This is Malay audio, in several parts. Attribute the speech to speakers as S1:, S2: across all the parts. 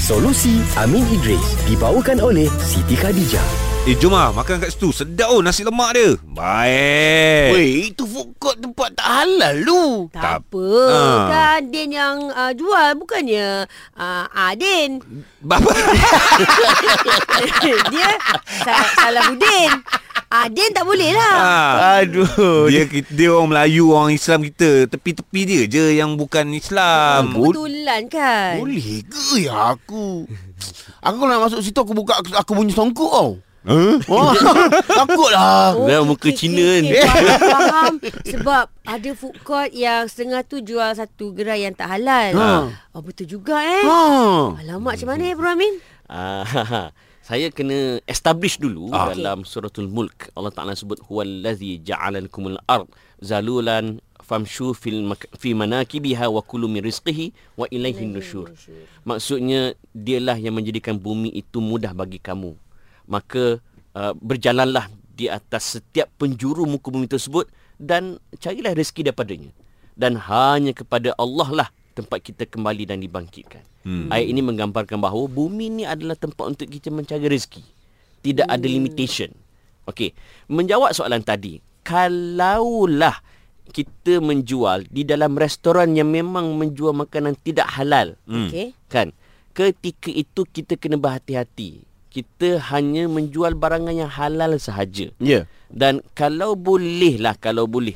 S1: Solusi Amin Idris dibawakan oleh Siti Khadijah.
S2: Eh jom lah Makan kat situ Sedap oh nasi lemak dia Baik
S3: Weh, itu food court tempat tak halal lu.
S2: Tak-
S4: Tak apa
S2: Ah.
S4: Kan Din yang uh, jual Bukannya uh, Adin
S2: Bapa
S4: Dia sa- Salah Budin Adin tak boleh lah
S2: ha.
S3: Aduh.
S2: dia, dia orang Melayu Orang Islam kita Tepi-tepi dia je Yang bukan Islam
S4: Kebetulan kan
S3: Boleh ke Oh, ya aku? Aku kalau nak masuk situ aku buka aku, aku bunyi songkok tau.
S2: huh?
S3: Wah, takut
S4: Oh,
S3: lah.
S5: Dah muka Cina kan.
S4: okay, faham, faham Sebab ada food court yang setengah tu jual satu gerai yang tak halal
S3: Ha.
S4: Oh betul juga eh
S3: Ha.
S4: Alamak macam mana eh Bro Amin
S5: Ah, saya kena establish dulu
S4: Ah.
S5: ah. dalam suratul mulk Allah Taala sebut huwallazi ja'ala lakumul ard zalulan famshu fil mak- fi manakibiha wa kulu min rizqihi wa ilaihi nusyur maksudnya dialah yang menjadikan bumi itu mudah bagi kamu maka uh, berjalanlah di atas setiap penjuru muka bumi tersebut dan carilah rezeki daripadanya dan hanya kepada Allah lah tempat kita kembali dan dibangkitkan. Hmm. Ayat ini menggambarkan bahawa bumi ni adalah tempat untuk kita mencari rezeki. Tidak hmm. ada limitation. Okey, menjawab soalan tadi, kalaulah kita menjual di dalam restoran yang memang menjual makanan tidak halal.
S4: hmm. Okay
S5: Kan? Ketika itu kita kena berhati-hati. Kita hanya menjual barangan yang halal sahaja.
S3: Ya.
S5: Dan kalau boleh lah Kalau boleh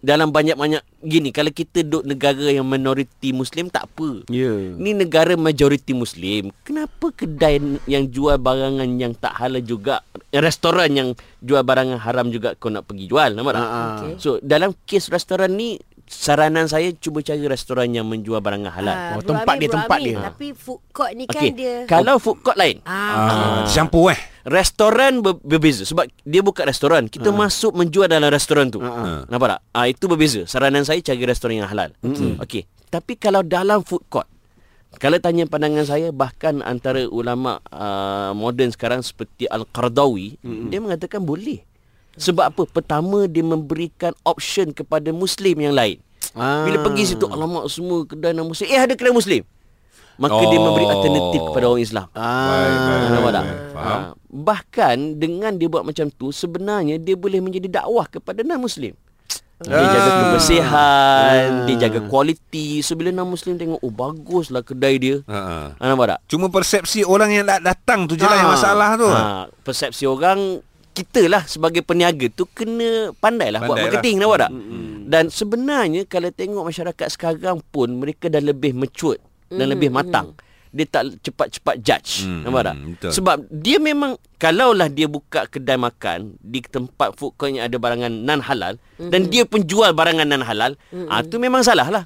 S5: Dalam banyak-banyak Gini Kalau kita duduk negara yang minoriti Muslim Tak apa
S3: Ya.
S5: Ni negara majoriti Muslim Kenapa kedai yang jual barangan yang tak halal juga Restoran yang jual barangan haram juga Kau nak pergi jual Nampak tak?
S3: ah.
S4: Okey.
S5: So dalam kes restoran ni Saranan saya cuba cari restoran yang menjual barangan halal
S4: Ah, Bro
S3: Oh, tempat
S4: Amin,
S3: dia,
S4: Bro
S3: tempat
S4: Amin.
S3: dia.
S4: Tapi food court ni kan
S5: Okey,
S4: dia
S5: Kalau food court lain
S2: Ah,
S4: Ah,
S2: Campur eh
S5: Restoran ber- berbeza sebab dia bukan restoran. Kita uh. masuk menjual dalam restoran tu. Uh. Nampak tak? Ah itu berbeza. Saranan saya cari restoran yang halal. Mm-hmm. Okey. Tapi kalau dalam food court kalau tanya pandangan saya bahkan antara ulama uh, moden sekarang seperti Al-Qardawi mm-hmm. dia mengatakan boleh. Sebab apa? Pertama dia memberikan option kepada muslim yang lain.
S3: Ah.
S5: Bila pergi situ alamak semua kedai non muslim. Eh ada kedai muslim. Maka oh. dia memberi
S2: Oh.
S5: alternatif kepada orang Islam.
S2: Baik, baik,
S5: Ah, nampak tak?
S2: Faham
S5: Ah, Bahkan dengan dia buat macam tu sebenarnya dia boleh menjadi dakwah kepada non-muslim. Dia
S2: Ah.
S5: jaga kebersihan, dia jaga kualiti. So bila non-muslim tengok, oh baguslah kedai dia.
S2: Ah, ah.
S5: Ah, nampak tak?
S2: Cuma persepsi orang yang nak datang tu je lah
S3: Ah.
S2: yang masalah tu
S5: Ha, persepsi orang kita lah sebagai peniaga tu kena pandailah buat
S2: Pandailah.
S5: marketing nampak tak? Dan sebenarnya kalau tengok masyarakat sekarang pun mereka dah lebih mature dan lebih matang. Dia tak cepat-cepat judge
S2: Mm,
S5: nampak
S2: mm,
S5: tak?
S2: betul.
S5: Sebab dia memang kalaulah dia buka kedai makan di tempat food court yang ada barangan non halal dan dia penjual barangan non halal, ah tu memang salah lah.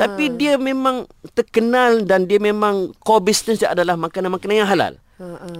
S5: Tapi dia memang terkenal dan dia memang core business dia adalah makanan-makanan yang halal.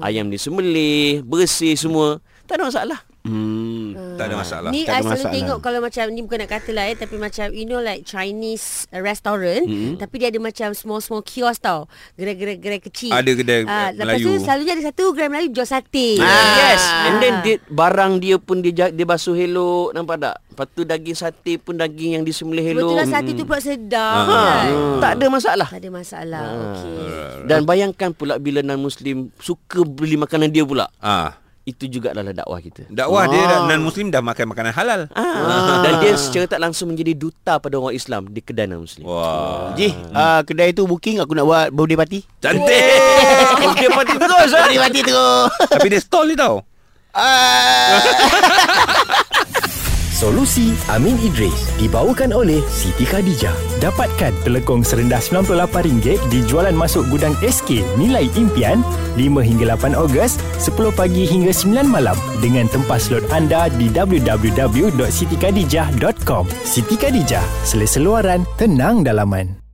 S5: Ayam dia sembelih, bersih semua. Tak ada masalah.
S3: Hmm.
S2: Tak ada masalah
S4: Ni I
S3: tak ada
S4: selalu
S3: masalah.
S4: tengok kalau macam ni bukan nak kata lah eh tapi macam you know like Chinese uh, restaurant mm-hmm. tapi dia ada macam small small kiosk tau. Gerai-gerai kecil.
S2: Ada kedai,
S4: Ah,
S2: eh,
S4: Lepas
S2: Melayu.
S4: tu selalunya ada satu gerai Melayu jual sate.
S5: Ah,
S4: Ah.
S5: Yes, and then dia, barang dia pun dia ja- dia basuh elok, nampak tak? Lepas tu daging sate pun daging yang disembelih elok.
S4: Betul lah sate tu pula sedap
S2: Ah.
S4: kan.
S5: Tak ada masalah.
S4: Tak ada masalah. Okey.
S5: Dan bayangkan pula bila non-muslim suka beli makanan dia pula.
S2: Ah,
S5: Itu juga adalah dakwah kita.
S2: Dakwah dia dah-
S3: Ah.
S2: non-Muslim dah makan makanan halal
S5: Ah. Dan dia secara tak langsung menjadi duta pada orang Islam di kedai non-muslim.
S2: Wah
S3: Ji, ah, kedai tu booking aku nak buat birthday party.
S2: Cantik
S5: Dia pati terus ah.
S3: Birthday party tu.
S2: Tapi dia stall dia tau
S3: Ah.
S1: Solusi Amin Idris dibawakan oleh Siti Khadijah.
S6: Dapatkan telekong serendah RM98 di jualan masuk gudang SK Nilai Impian 5 hingga 8 Ogos 10 pagi hingga 9 malam dengan tempah slot anda di www.sitikadijah.com Siti Khadijah, selesa luaran, tenang dalaman.